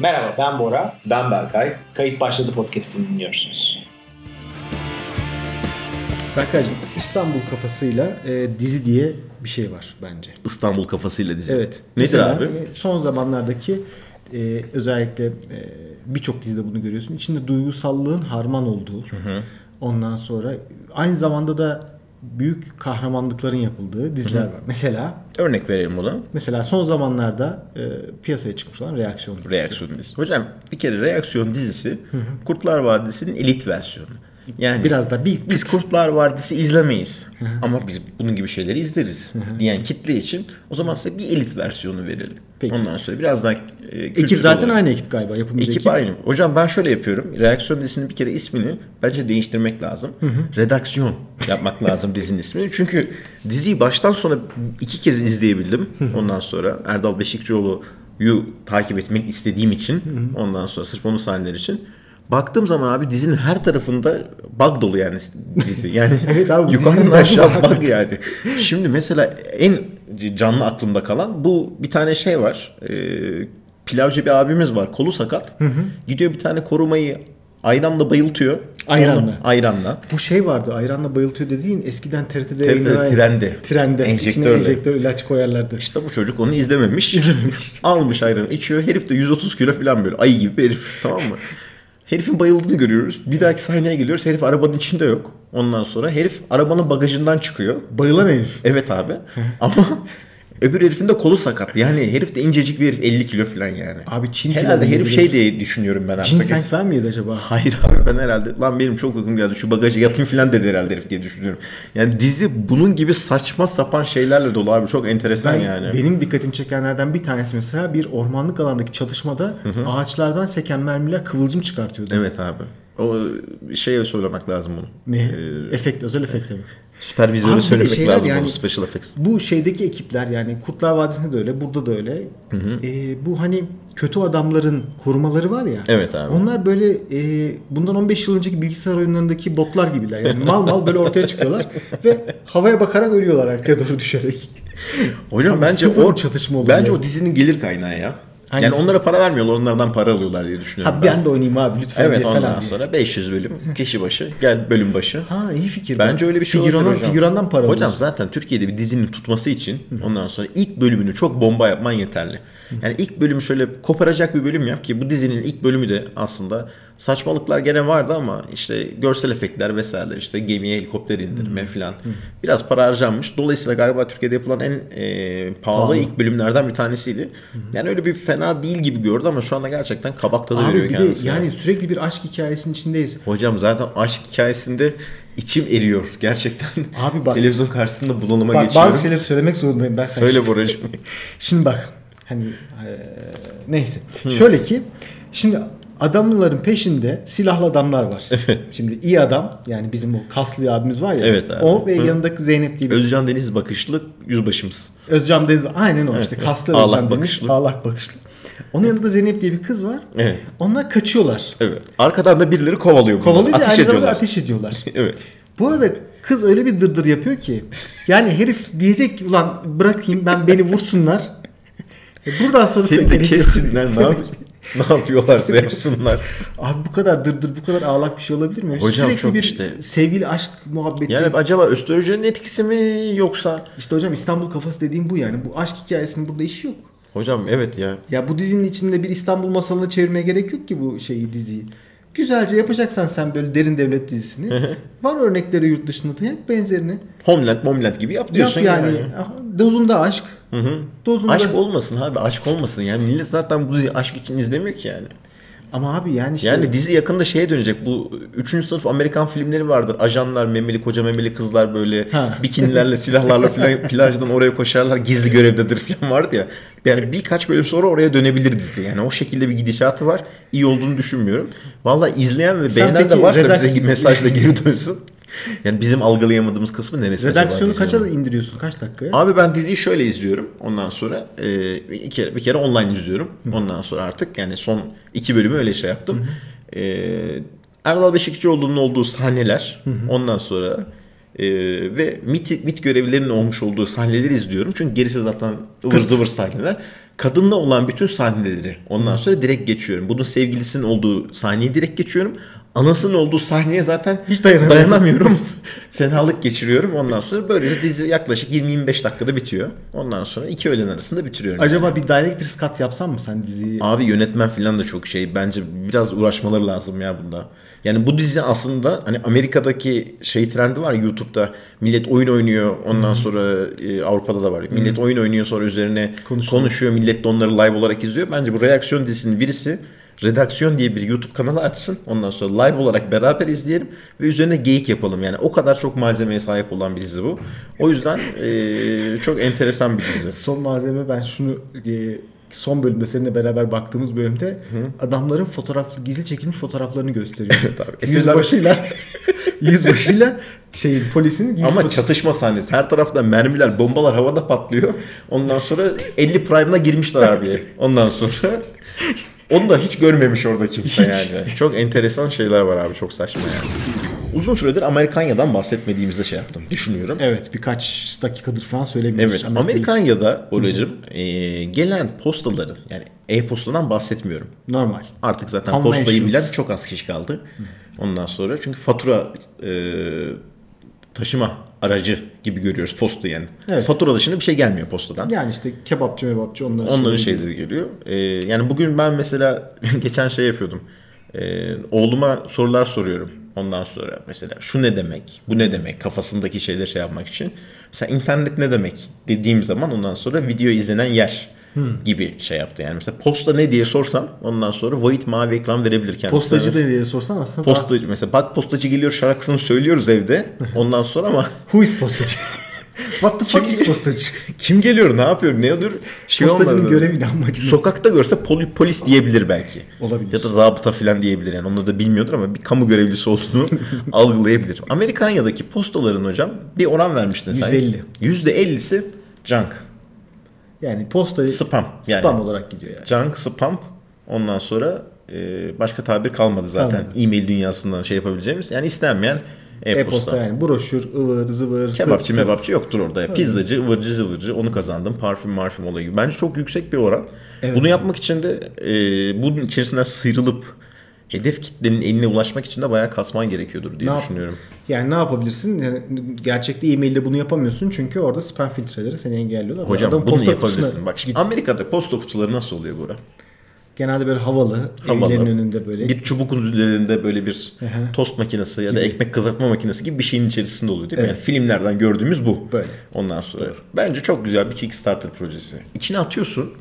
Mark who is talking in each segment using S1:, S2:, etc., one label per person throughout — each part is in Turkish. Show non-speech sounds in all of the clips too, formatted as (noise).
S1: Merhaba ben Bora.
S2: Ben Berkay.
S1: Kayıt başladı podcast'ini dinliyorsunuz.
S3: Berkaycığım İstanbul kafasıyla e, dizi diye bir şey var bence.
S2: İstanbul kafasıyla dizi.
S3: Evet.
S2: Nedir
S3: Mesela,
S2: abi?
S3: e, Son zamanlardaki e, özellikle e, birçok dizide bunu görüyorsun. İçinde duygusallığın harman olduğu. Ondan sonra aynı zamanda da büyük kahramanlıkların yapıldığı diziler var. Mesela
S2: Örnek verelim buna.
S3: mesela son zamanlarda e, piyasaya çıkmış olan reaksiyon dizisi.
S2: Reaksiyon dizisi. Hocam bir kere reaksiyon dizisi Kurtlar Vadisi'nin elit versiyonu. Yani
S3: Biraz da bir
S2: biz Kurtlar Vadisi izlemeyiz. Ama biz bunun gibi şeyleri izleriz diyen kitle için o zaman size bir elit versiyonu verelim.
S3: Peki.
S2: Ondan sonra biraz daha e, kültürel
S3: ekip zaten
S2: olarak-
S3: aynı ekip galiba yapımcı
S2: Ekip aynı. Hocam ben şöyle yapıyorum. Reaksiyon dizisinin bir kere ismini bence değiştirmek lazım. Redaksiyon yapmak lazım dizinin ismini. Çünkü diziyi baştan sona iki kez izleyebildim. Ondan sonra Erdal Beşikçioğlu'yu takip etmek istediğim için ondan sonra sırf onun sahneleri için baktığım zaman abi dizinin her tarafında bug dolu yani dizi. Yani
S3: (laughs) Evet abi, bu
S2: (laughs) yukarıdan
S3: dizinin
S2: aşağı
S3: bug'ı
S2: bug yani. Şimdi mesela en canlı aklımda kalan bu bir tane şey var. Ee, pilavcı bir abimiz var. Kolu sakat. Gidiyor bir tane korumayı ayranla bayıltıyor.
S3: Ayranla.
S2: Onu- ayranla.
S3: Bu şey vardı ayranla bayıltıyor dediğin eskiden TRT'de
S2: Tertede,
S3: yayınlanan-
S2: trende.
S3: Trende. İçine
S2: Enjektörle.
S3: enjektör ilaç koyarlardı.
S2: İşte bu çocuk onu izlememiş.
S3: İzlememiş.
S2: Almış ayranı içiyor. Herif de 130 kilo falan böyle. Ayı gibi bir herif. Tamam mı? Herifin bayıldığını görüyoruz. Bir dahaki sahneye geliyoruz. Herif arabanın içinde yok. Ondan sonra herif arabanın bagajından çıkıyor.
S3: Bayılan herif. (laughs)
S2: Evet abi. Ama öbür herifin de kolu sakat. Yani herif de incecik bir herif 50 kilo falan yani.
S3: Abi Çin
S2: Herhalde
S3: filan
S2: herif
S3: mıydı?
S2: şey diye düşünüyorum ben artık.
S3: Ginseng falan mıydı acaba?
S2: (laughs) Hayır abi ben herhalde lan benim çok uykum geldi şu bagaja yatayım falan dedi herhalde herif diye düşünüyorum. Yani dizi bunun gibi saçma sapan şeylerle dolu abi çok enteresan
S3: Ben-
S2: yani.
S3: Benim dikkatimi çekenlerden bir tanesi mesela bir ormanlık alandaki çatışmada ağaçlardan seken mermiler kıvılcım çıkartıyordu.
S2: Evet abi. O şeye söylemek lazım bunu.
S3: Ne? efekt, özel efekte mi? Abi
S2: Süpervizöre
S3: bir de
S2: söylemek
S3: şeyler
S2: lazım
S3: yani-
S2: bunu special effects.
S3: Bu şeydeki ekipler yani Kurtlar Vadisi'nde de öyle, burada da öyle. Ee, bu hani kötü adamların korumaları var ya.
S2: Evet abi.
S3: Onlar böyle e, bundan 15 yıl önceki bilgisayar oyunlarındaki botlar gibiler. Yani mal mal böyle ortaya çıkıyorlar
S2: (laughs)
S3: ve havaya bakarak ölüyorlar arkaya doğru düşerek.
S2: Hocam
S3: Abi
S2: bence
S3: sıfır
S2: o
S3: çatışma oluyor.
S2: Bence o dizinin gelir kaynağı ya.
S3: Hangisi?
S2: Yani onlara para vermiyorlar, onlardan para alıyorlar diye düşünüyorum.
S3: Ha
S2: ben.
S3: ben de oynayayım abi lütfen
S2: Evet
S3: diye falan.
S2: ondan
S3: diye.
S2: sonra 500 bölüm kişi başı gel bölüm başı.
S3: Ha iyi fikir.
S2: Bence öyle bir şey olabilir
S3: Figüranın-
S2: hocam.
S3: Figürandan para
S2: Hocam
S3: alıyorsun.
S2: zaten Türkiye'de bir dizinin tutması için ondan sonra ilk bölümünü çok bomba yapman yeterli. Yani ilk bölümü şöyle koparacak bir bölüm yap ki bu dizinin ilk bölümü de aslında saçmalıklar gene vardı ama işte görsel efektler vesaireler işte gemiye helikopter indirme falan biraz para harcanmış. Dolayısıyla galiba Türkiye'de yapılan en e, pahalı, ilk bölümlerden bir tanesiydi. Yani öyle bir fena değil gibi gördü ama şu anda gerçekten kabak tadı
S3: Abi
S2: veriyor
S3: bir de
S2: kendisi.
S3: yani sürekli bir aşk hikayesinin içindeyiz.
S2: Hocam zaten aşk hikayesinde içim eriyor gerçekten.
S3: Abi bak-
S2: Televizyon karşısında bunalıma
S3: Bak
S2: geçiyorum.
S3: bazı şeyleri söylemek zorundayım ben.
S2: Söyle Boracığım.
S3: Şimdi bak hani eee, neyse. Şöyle ki şimdi adamların peşinde silahlı adamlar var. Şimdi iyi adam yani bizim o kaslı abimiz var ya.
S2: Evet abi.
S3: O ve
S2: Hı.
S3: yanındaki Zeynep diye bir
S2: Özcan Deniz bakışlı yüzbaşımız.
S3: Özcan Deniz var. Aynen o işte. Kaslı
S2: Ağlak
S3: Özcan Deniz.
S2: bakışlı.
S3: Ağlak bakışlı. Onun yanında Zeynep diye bir kız var.
S2: Evet.
S3: Onlar kaçıyorlar.
S2: Evet. Arkadan da birileri kovalıyor. bunları.
S3: Kovalıyor ve
S2: ateş
S3: aynı zamanda
S2: ediyorlar.
S3: ateş ediyorlar.
S2: (laughs) evet.
S3: Bu arada kız öyle bir dırdır yapıyor ki. Yani herif diyecek ki ulan bırakayım ben beni
S2: (laughs)
S3: vursunlar. E Buradan sonra
S2: Seni de kessinler ne, yap- ne
S3: (laughs)
S2: yapıyorlarsa yapsınlar.
S3: Abi bu kadar dırdır bu kadar ağlak bir şey olabilir mi?
S2: Hocam
S3: Sürekli
S2: çok
S3: bir
S2: işte-
S3: sevgili aşk muhabbeti.
S2: Yani acaba östrojenin etkisi mi yoksa?
S3: İşte hocam İstanbul kafası dediğim bu yani. Bu aşk hikayesinin burada işi yok.
S2: Hocam evet ya.
S3: Ya bu dizinin içinde bir İstanbul masalına çevirmeye gerek yok ki bu şeyi diziyi. Güzelce yapacaksan sen böyle derin devlet dizisini.
S2: (laughs)
S3: Var örnekleri yurt dışında da hep benzerini.
S2: Homeland Homeland gibi yap diyorsun
S3: Yap yani,
S2: yani.
S3: ah, dozunda aşk. Dozunda
S2: Aşk olmasın abi aşk olmasın. Yani millet zaten bu diziyi aşk için izlemiyor ki yani.
S3: Ama abi yani işte
S2: Yani dizi yakında şeye dönecek. Bu 3. sınıf Amerikan filmleri vardır. Ajanlar, memeli koca memeli kızlar böyle
S3: Ha. (laughs)
S2: bikinilerle, silahlarla filan plajdan oraya koşarlar. Gizli görevdedir filan vardı ya. Yani birkaç bölüm sonra oraya dönebilir dizi. Yani o şekilde bir gidişatı var. İyi olduğunu düşünmüyorum. Valla izleyen ve
S3: Sen
S2: beğenen de
S3: peki
S2: varsa bize
S3: redaksiyon-
S2: mesajla geri dönsün. Yani bizim algılayamadığımız kısmı neresi acaba
S3: redaksiyonu
S2: dizinin?
S3: kaça indiriyorsun kaç dakikaya?
S2: Abi ben diziyi şöyle izliyorum. Ondan sonra e, bir kere bir kere online izliyorum. Ondan sonra artık yani son iki bölümü öyle şey yaptım. E, Erdal Beşikçioğlu'nun olduğu sahneler. Ondan sonra e, ve MIT, MIT görevlilerinin olmuş olduğu sahneleri izliyorum. Çünkü gerisi zaten ıvır zıvır sahneler. kadınla olan bütün sahneleri ondan sonra direkt geçiyorum. Bunun sevgilisinin olduğu sahneyi direkt geçiyorum. Anasının olduğu sahneye zaten
S3: Hiç dayanamıyorum.
S2: dayanamıyorum. (laughs) Fenalık geçiriyorum. Ondan sonra böyle dizi yaklaşık 20-25 dakikada bitiyor. Ondan sonra iki öğlen arasında bitiriyorum.
S3: Acaba bir director's cut yapsan mı sen diziyi?
S2: Abi yönetmen falan da çok şey. Bence biraz uğraşmaları lazım ya bunda. Yani bu dizi aslında hani Amerika'daki şey trendi var ya YouTube'da millet oyun oynuyor ondan sonra e, Avrupa'da da var. Millet oyun oynuyor sonra üzerine konuşuyor.
S3: Konuşuyor.
S2: millet de onları live olarak izliyor. Bence bu reaksiyon dizisinin birisi Redaksiyon diye bir YouTube kanalı açsın. Ondan sonra live olarak beraber izleyelim ve üzerine geyik yapalım. Yani o kadar çok malzemeye sahip olan bir dizi bu. O yüzden e, çok enteresan bir dizi.
S3: Son malzeme ben şunu e, son bölümde seninle beraber baktığımız bölümde adamların fotoğraf gizli çekilmiş fotoğraflarını gösteriyor.
S2: Evet abi. Eserler-
S3: Yüzbaşıyla
S2: (laughs)
S3: yüzbaşıyla şey polisin gizli (laughs)
S2: Ama
S3: foto-
S2: çatışma sahnesi. Her tarafta mermiler, bombalar havada patlıyor. Ondan sonra 50 prime'ına girmişler harbiye. Ondan sonra onu da hiç görmemiş orada kimse
S3: Hiç.
S2: yani. Çok enteresan şeyler var abi. Çok saçma yani. Uzun süredir Amerikanya'dan bahsetmediğimizde şey yaptım. Düşünüyorum.
S3: Evet birkaç dakikadır falan söylemiyoruz.
S2: Evet.
S3: Amerika-
S2: Amerikanya'da Boracığım eee, gelen postaların yani e-postadan bahsetmiyorum.
S3: normal.
S2: Artık zaten
S3: Conventions.
S2: postayı bilen çok az kişi kaldı. Ondan sonra çünkü fatura e, taşıma aracı gibi görüyoruz postu yani.
S3: Evet.
S2: Fatura dışında bir şey gelmiyor postadan.
S3: Yani işte kebapçı mebapçı onların,
S2: Onların
S3: şeyleri.
S2: şeyleri geliyor. E, yani bugün ben mesela (laughs) geçen şey yapıyordum. E, oğluma sorular soruyorum. Ondan sonra mesela şu ne demek, bu ne demek kafasındaki şeyleri şey yapmak için. Mesela internet ne demek dediğim zaman ondan sonra video izlenen yer
S3: Hmm.
S2: gibi şey yaptı. Yani mesela posta ne diye sorsam ondan sonra void mavi ekran verebilir kendisine.
S3: Postacı da diye sorsan aslında daha-
S2: Postacı mesela bak postacı geliyor şarkısını
S3: (laughs)
S2: söylüyoruz evde. Ondan sonra ama (laughs)
S3: Who is postacı? (laughs) What the fuck is postacı?
S2: kim geliyor ne yapıyor ne yapıyor (laughs) şey
S3: Postacının
S2: olmadı.
S3: görevi ne amacı? ne?
S2: Hani Sokakta görse poli- polis diyebilir belki.
S3: Olabilir.
S2: Ya da zabıta falan diyebilir yani. Onları da bilmiyordur ama bir kamu
S3: (laughs)
S2: görevlisi olduğunu algılayabilir. Amerikanya'daki postaların hocam bir oran vermiştin sen.
S3: %50.
S2: %50'si junk.
S3: Yani postayı
S2: Spam yani.
S3: spam olarak gidiyor yani.
S2: Junk, spam ondan sonra e, başka tabir kalmadı zaten.
S3: Kalmadı.
S2: E-mail dünyasından şey yapabileceğimiz. Yani istenmeyen
S3: E-posta
S2: e-posta.
S3: yani broşür, ıvır, zıvır.
S2: Kebapçı
S3: kırk-
S2: mebapçı yoktur orada. ya. Pizzacı, ıvırcı zıvırcı onu kazandım. Parfüm marfüm olayı gibi. Bence çok yüksek bir oran.
S3: Evet.
S2: Bunu yapmak için de e, bunun içerisinden sıyrılıp hedef kitlenin eline ulaşmak için de bayağı kasman gerekiyordur diye
S3: Ne yap-
S2: düşünüyorum.
S3: Yani ne yapabilirsin? Yani gerçekte e-mailde bunu yapamıyorsun çünkü orada spam filtreleri seni engelliyorlar.
S2: Hocam
S3: Adam
S2: bunu
S3: posta
S2: yapabilirsin.
S3: kutusuna
S2: Bak şimdi
S3: git-
S2: Amerika'da posta kutuları nasıl oluyor Bora?
S3: genelde böyle havalı,
S2: Havalı.
S3: evlerin önünde böyle.
S2: Bir çubukun üzerinde böyle bir
S3: Aha.
S2: tost makinesi ya da
S3: Gibi.
S2: ekmek kızartma makinesi gibi bir şeyin içerisinde oluyor değil mi?
S3: Evet.
S2: Yani filmlerden gördüğümüz bu.
S3: Böyle.
S2: Ondan sonra bence çok güzel bir Kickstarter projesi. İçine atıyorsun.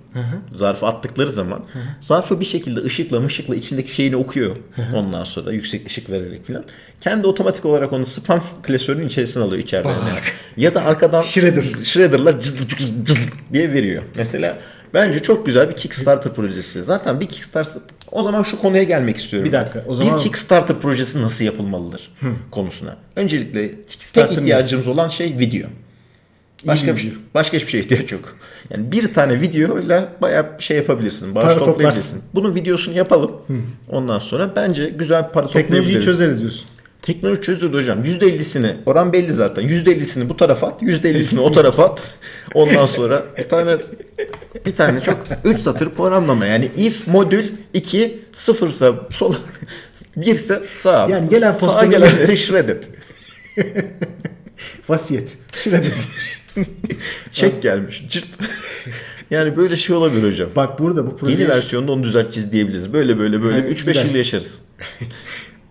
S2: Zarfı attıkları zaman zarfı bir şekilde ışıkla mışıkla içindeki şeyini okuyor. Ondan sonra yüksek ışık vererek falan. Kendi otomatik olarak onu spam klasörünün içerisine alıyor içeride. Yani. Ya da arkadan
S3: Shredder.
S2: Shredder'lar cız cız cız diye veriyor. Mesela bence çok güzel bir Kickstarter projesi. Zaten bir Kickstarter o zaman şu konuya gelmek istiyorum.
S3: Bir dakika, o zaman-
S2: Bir Kickstarter projesi nasıl yapılmalıdır konusuna. Öncelikle tek
S3: Kickstarter mı? şey
S2: ihtiyacımız olan şey video. Başka bir,
S3: video.
S2: başka hiçbir şeye ihtiyaç yok. Yani bir tane videoyla bayağı bir şey yapabilirsin. Bağış
S3: Para
S2: toplayabilirsin. Bunun videosunu yapalım. Ondan sonra bence güzel bir para
S3: Teknolojiyi
S2: toplayabiliriz.
S3: çözeriz diyorsun.
S2: Teknoloji çözüldü hocam. %50'sini oran belli zaten. %50'sini bu tarafa at, %50'sini o tarafa at. Ondan sonra bir tane bir tane çok 3 satır programlama. Yani if modül 2 sıfırsa sola 1 ise sağ.
S3: Yani gelen
S2: Sağa
S3: posta-
S2: gelenleri şredet.
S3: Vasiyet. (laughs) Şurada dedim.
S2: Çek gelmiş. Cırt. yani böyle şey olabilir hocam.
S3: Bak burada bu
S2: Yeni
S3: proje
S2: versiyonda onu düzelteceğiz diyebiliriz. Böyle böyle böyle
S3: Hayır,
S2: 3-5
S3: güzel.
S2: yıl yaşarız.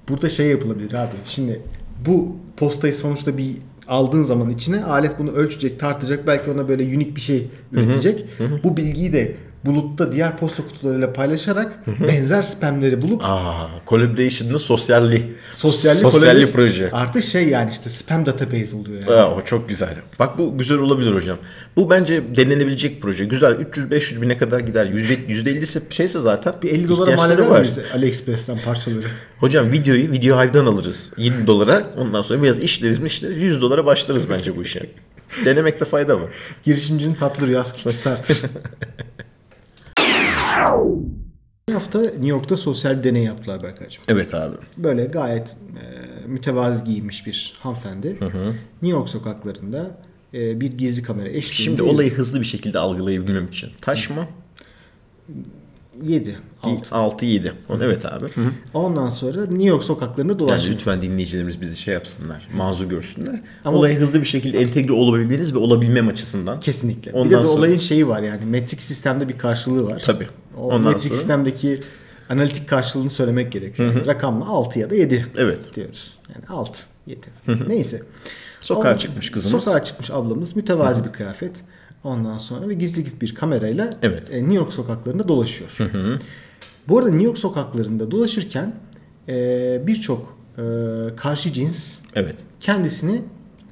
S3: Burada şey yapılabilir abi. Şimdi bu postayı sonuçta bir aldığın zaman içine alet bunu ölçecek, tartacak. Belki ona böyle unik bir şey üretecek. Bu bilgiyi de bulutta diğer posta kutularıyla paylaşarak benzer spamleri bulup
S2: Aa, collaboration'da sosyalli.
S3: sosyalli,
S2: sosyalli
S3: koloniz-
S2: proje.
S3: Artık şey yani işte spam database oluyor yani.
S2: Aa, o çok güzel. Bak bu güzel olabilir hocam. Bu bence denenebilecek proje. Güzel 300-500 bine kadar gider. Yüzde- %50'si şeyse zaten
S3: Bir 50 dolara mal
S2: ihtiyaçları
S3: eder miyiz AliExpress'ten parçaları?
S2: Hocam videoyu video hive'dan alırız. 20 dolara ondan sonra biraz işleriz mi işleriz. 100 dolara başlarız bence bu işe. Denemekte fayda var.
S3: (laughs) Girişimcinin tatlı rüyası (laughs) Kickstarter. Bu hafta New York'ta sosyal bir deney yaptılar Berkaycığım.
S2: Evet abi.
S3: Böyle gayet e, mütevazi giyinmiş bir hanımefendi New York sokaklarında e, bir gizli kamera eşliğinde
S2: Şimdi olayı hızlı bir şekilde algılayabilmem için. Taş mı?
S3: 7. 6.
S2: 6-7. Evet abi.
S3: Ondan sonra New York sokaklarında
S2: Yani
S3: dolaşıyor.
S2: lütfen dinleyicilerimiz bizi şey yapsınlar, mazur görsünler.
S3: Ama-
S2: Olaya hızlı bir şekilde entegre olabilmeniz ve olabilmem açısından.
S3: Kesinlikle.
S2: Ondan
S3: bir de bir
S2: sonra-
S3: olayın şeyi var yani metrik sistemde bir karşılığı var.
S2: Tabii.
S3: O
S2: Ondan
S3: metrik
S2: sonra-
S3: sistemdeki analitik karşılığını söylemek gerekiyor. Yani rakam mı? 6 ya da 7
S2: Evet.
S3: diyoruz. Yani 6, 7. Neyse.
S2: Sokağa
S3: Ondan-
S2: çıkmış kızımız.
S3: Sokağa çıkmış ablamız. Mütevazi bir kıyafet. Ondan sonra ve gizli bir kamerayla
S2: Evet.
S3: e, New York sokaklarında dolaşıyor. Bu arada New York sokaklarında dolaşırken e, birçok e, karşı cins
S2: Evet.
S3: kendisini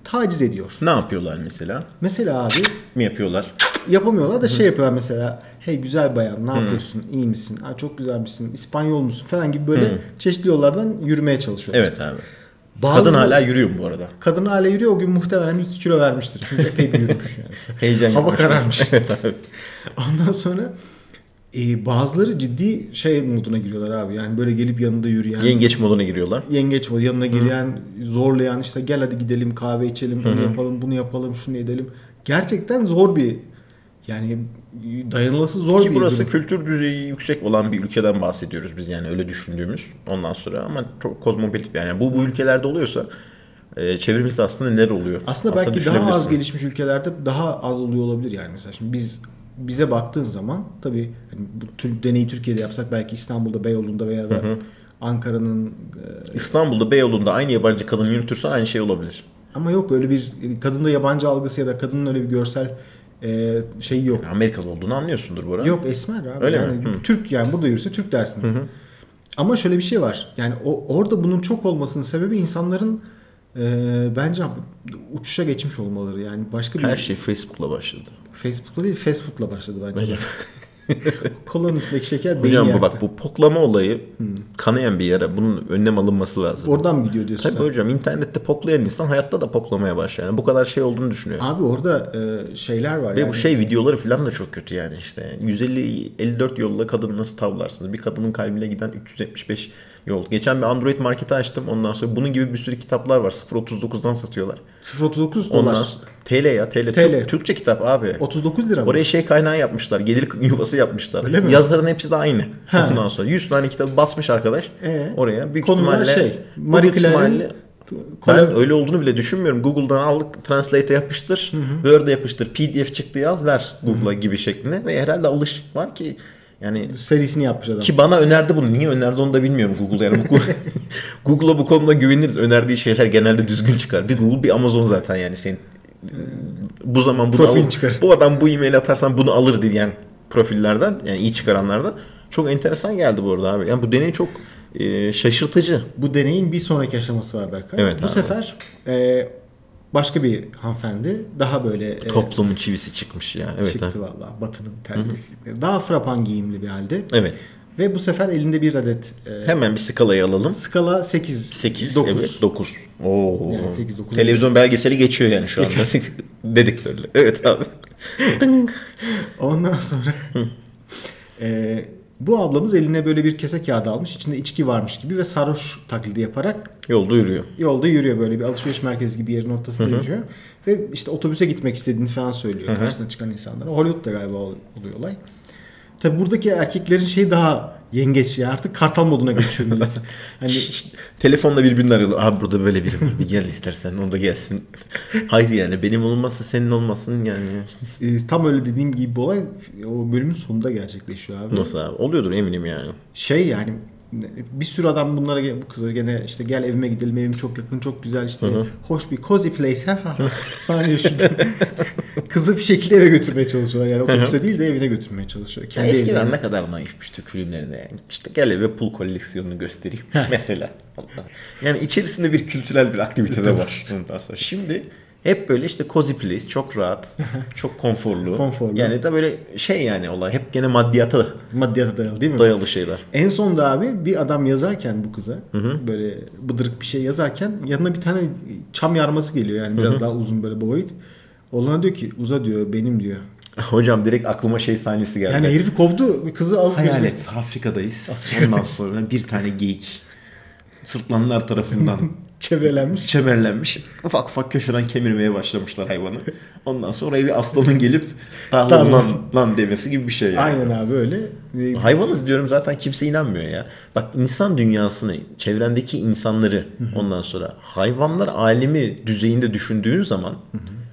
S3: taciz ediyor.
S2: Ne yapıyorlar mesela?
S3: Mesela abi
S2: Mi yapıyorlar?
S3: yapamıyorlar da şey yapıyorlar mesela. Hey güzel bayan ne yapıyorsun? iyi misin? Aa, çok güzel misin? İspanyol musun? Falan gibi böyle çeşitli yollardan yürümeye çalışıyorlar.
S2: Evet abi.
S3: Bazı-
S2: Kadın hala yürüyor mu bu arada?
S3: Kadın hale yürüyor o gün muhtemelen 2 kilo vermiştir. Çünkü epey bir yürümüş
S2: (laughs)
S3: yani.
S2: Heyecan
S3: Hava
S2: yapmış.
S3: kararmış.
S2: (laughs) evet abi.
S3: Ondan sonra e, bazıları ciddi şey moduna giriyorlar abi. Yani böyle gelip yanında yürüyen.
S2: Yengeç moduna giriyorlar.
S3: yengeç var yanına giren zorlayan işte gel hadi gidelim kahve içelim onu yapalım bunu yapalım şunu edelim. Gerçekten zor bir yani dayanılası zor
S2: Ki
S3: bir
S2: burası
S3: durum.
S2: kültür düzeyi yüksek olan bir ülkeden bahsediyoruz biz yani öyle düşündüğümüz ondan sonra ama çok kozmopolit bir- yani bu bu ülkelerde oluyorsa e, çevremizde aslında neler oluyor?
S3: Aslında belki daha az
S2: düşünebilirsin.
S3: gelişmiş ülkelerde daha az oluyor olabilir yani mesela şimdi biz bize baktığın zaman tabii hani bu tür deneyi Türkiye'de yapsak belki İstanbul'da Beyoğlu'nda veya da Ankara'nın e,
S2: İstanbul'da Beyoğlu'nda aynı yabancı kadını yürütürsen aynı şey olabilir.
S3: ama yok öyle bir e, kadında yabancı algısı ya da kadının öyle bir görsel e, şeyi yok.
S2: Amerikalı olduğunu anlıyorsundur bu arada.
S3: Yok esmer abi.
S2: Öyle
S3: yani
S2: mi? Hı.
S3: Türk yani burada yürüse Türk dersin. Ama şöyle bir şey var. Yani o, orada bunun çok olmasının sebebi insanların e, bence uçuşa geçmiş olmaları. Yani başka bir
S2: Her şey Facebook'la başladı.
S3: Facebook'la değil fast food'la başladı bence. (laughs) Kolanın üstündeki şeker beyni
S2: Hocam
S3: yaktı. Hmm.
S2: bu bak bu poklama olayı kanayan bir yere bunun önlem alınması lazım.
S3: Oradan mı gidiyor diyorsun
S2: Tabii
S3: sen?
S2: hocam internette poklayan insan hayatta da poklamaya başlar. Yani bu kadar şey olduğunu düşünüyor.
S3: Abi orada e, şeyler var.
S2: Ve
S3: yani.
S2: bu şey videoları falan da çok kötü yani işte. 150 54 yolla kadını nasıl tavlarsınız? Bir kadının kalbine giden 375 yol. Geçen bir Android marketi açtım. Ondan sonra bunun gibi bir sürü kitaplar var. 0.39'dan satıyorlar.
S3: 0.39 dolar.
S2: Ondan sonra- TL ya TL.
S3: TL.
S2: Türk- Türkçe kitap abi.
S3: 39 lira mı?
S2: Oraya şey kaynağı yapmışlar. Gelir (laughs) yuvası yapmışlar.
S3: Öyle mi?
S2: Yazarın hepsi de aynı.
S3: Ha.
S2: Ondan sonra 100 tane kitabı basmış arkadaş.
S3: Ee?
S2: oraya büyük
S3: Konular
S2: ihtimalle
S3: şey,
S2: büyük
S3: Marie Claire'in
S2: ihtimalle-
S3: Kolay-
S2: ben öyle olduğunu bile düşünmüyorum. Google'dan al, Translate'e yapıştır, Word'e yapıştır, PDF çıktığı al, ver Google'a gibi şeklinde. Ve herhalde alış var ki yani
S3: serisini yapmış adam.
S2: ki bana önerdi bunu. Niye önerdi onu da bilmiyorum Google'a. Yani bu- (laughs) Google'a bu konuda güveniriz. Önerdiği şeyler genelde düzgün çıkar. Bir Google bir Amazon zaten yani senin bu zaman bunu
S3: Profil
S2: alır.
S3: çıkar.
S2: Bu adam bu e-mail atarsan bunu alır diyen profillerden yani iyi çıkaranlardan çok enteresan geldi bu arada abi. Yani bu deney çok e, şaşırtıcı.
S3: Bu deneyin bir sonraki aşaması var Berkay.
S2: Evet
S3: bu
S2: abi.
S3: sefer e, başka bir hanımefendi daha böyle e,
S2: Toplumun çivisi çıkmış ya. Evet.
S3: çıktı
S2: abi.
S3: valla batının terbiyesizlikleri. Daha frapan giyimli bir halde.
S2: Evet.
S3: Ve bu sefer elinde bir adet e,
S2: Hemen bir skalayı alalım.
S3: skala 8,
S2: 8
S3: 9.
S2: evet 9. Oo.
S3: Yani sekiz, dokuz.
S2: Televizyon belgeseli geçiyor yani şu anda. (laughs) Dedik böyle. Evet abi. Tınk.
S3: Ondan sonra e, bu ablamız eline böyle bir kese kağıdı almış. içinde içki varmış gibi ve sarhoş taklidi yaparak
S2: Yolda yürüyor.
S3: yolda yürüyor böyle bir alışveriş merkezi gibi yerin ortasında yürüyor. Ve işte otobüse gitmek istediğini falan söylüyor karşısına çıkan insanlara. Hollywood'da galiba ol- oluyor olay. Tabi buradaki erkeklerin şeyi daha yengeç ya artık kartal moduna geçiyor
S2: (laughs)
S3: millet. hani
S2: Telefonla birbirini arıyorlar. Abi burada böyle biri var. Bir gel istersen o da gelsin. Hayır yani benim olmazsa senin olmasın yani.
S3: e, tam öyle dediğim gibi bir olay o bölümün sonunda gerçekleşiyor abi.
S2: Nasıl abi? Oluyordur eminim yani.
S3: şey yani bir sürü adam bunlara gel- bu kızlara gene işte gel evime gidelim evim çok yakın çok güzel işte hoş bir cozy place ha, ha ha falan diyor şurada. Kızı bir şekilde eve götürmeye çalışıyorlar yani otobüse değil de evine götürmeye çalışıyor.
S2: Ya
S3: Kendi
S2: eskiden
S3: evine.
S2: ne kadar naifmiş Türk filmlerinde yani. İşte gel eve pul koleksiyonunu göstereyim (laughs) mesela. Allah. Yani içerisinde bir kültürel bir aktivite de var. Ondan sonra. Şimdi hep böyle işte cozy place çok rahat,
S3: (laughs)
S2: çok konforlu.
S3: Konforlu.
S2: Yani da böyle şey yani olay hep gene maddiyata
S3: maddiyata dayalı değil mi?
S2: dayalı şeyler. (laughs)
S3: En son da abi bir adam yazarken bu kıza böyle bıdırık bir şey yazarken yanına bir tane çam yarması geliyor yani biraz daha uzun böyle boyut. Oğlana diyor ki uza diyor benim diyor.
S2: Hocam direkt aklıma şey sahnesi geldi.
S3: Yani herifi kovdu kızı alıp
S2: (laughs) Hayal
S3: götürdü. (laughs)
S2: et
S3: (laughs)
S2: Afrika'dayız. Ondan sonra bir tane geyik sırtlanlar tarafından
S3: çevrelenmiş.
S2: çemerlenmiş. Ufak ufak köşeden kemirmeye başlamışlar hayvanı. Ondan sonra bir aslanın gelip daha
S3: Tamam.
S2: lan, lan demesi gibi bir şey yani.
S3: Aynen abi öyle. Ee,
S2: Hayvanız diyorum zaten kimse inanmıyor ya. Bak insan dünyasını, çevrendeki insanları ondan sonra hayvanlar alemi düzeyinde düşündüğün zaman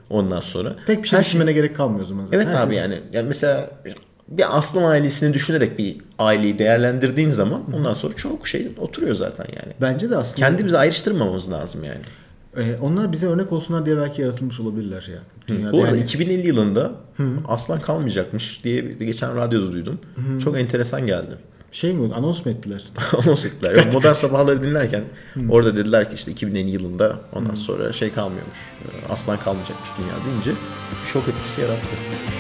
S2: ondan sonra
S3: Pek bir şey
S2: her
S3: düşünmene gerek kalmıyor o zaman zaten.
S2: Evet
S3: Her
S2: abi
S3: şey-
S2: yani. yani mesela bir aslan ailesini düşünerek bir aileyi değerlendirdiğin zaman ondan sonra çok şey oturuyor zaten yani.
S3: Bence de aslında
S2: Kendimizi ayrıştırmamamız lazım yani.
S3: e, onlar bize örnek olsunlar diye belki yaratılmış olabilirler ya. Dünyada
S2: Bu arada
S3: yani.
S2: 2050 yılında aslan kalmayacakmış diye bir- geçen radyoda duydum. Çok enteresan geldi. (laughs)
S3: Şey mi oldu? Anons mu ettiler?
S2: Anons ettiler. Yok, Modern sabahları dinlerken orada dediler ki işte 2050 yılında ondan sonra şey kalmıyormuş. e, Aslan kalmayacakmış dünya deyince şok etkisi yarattı.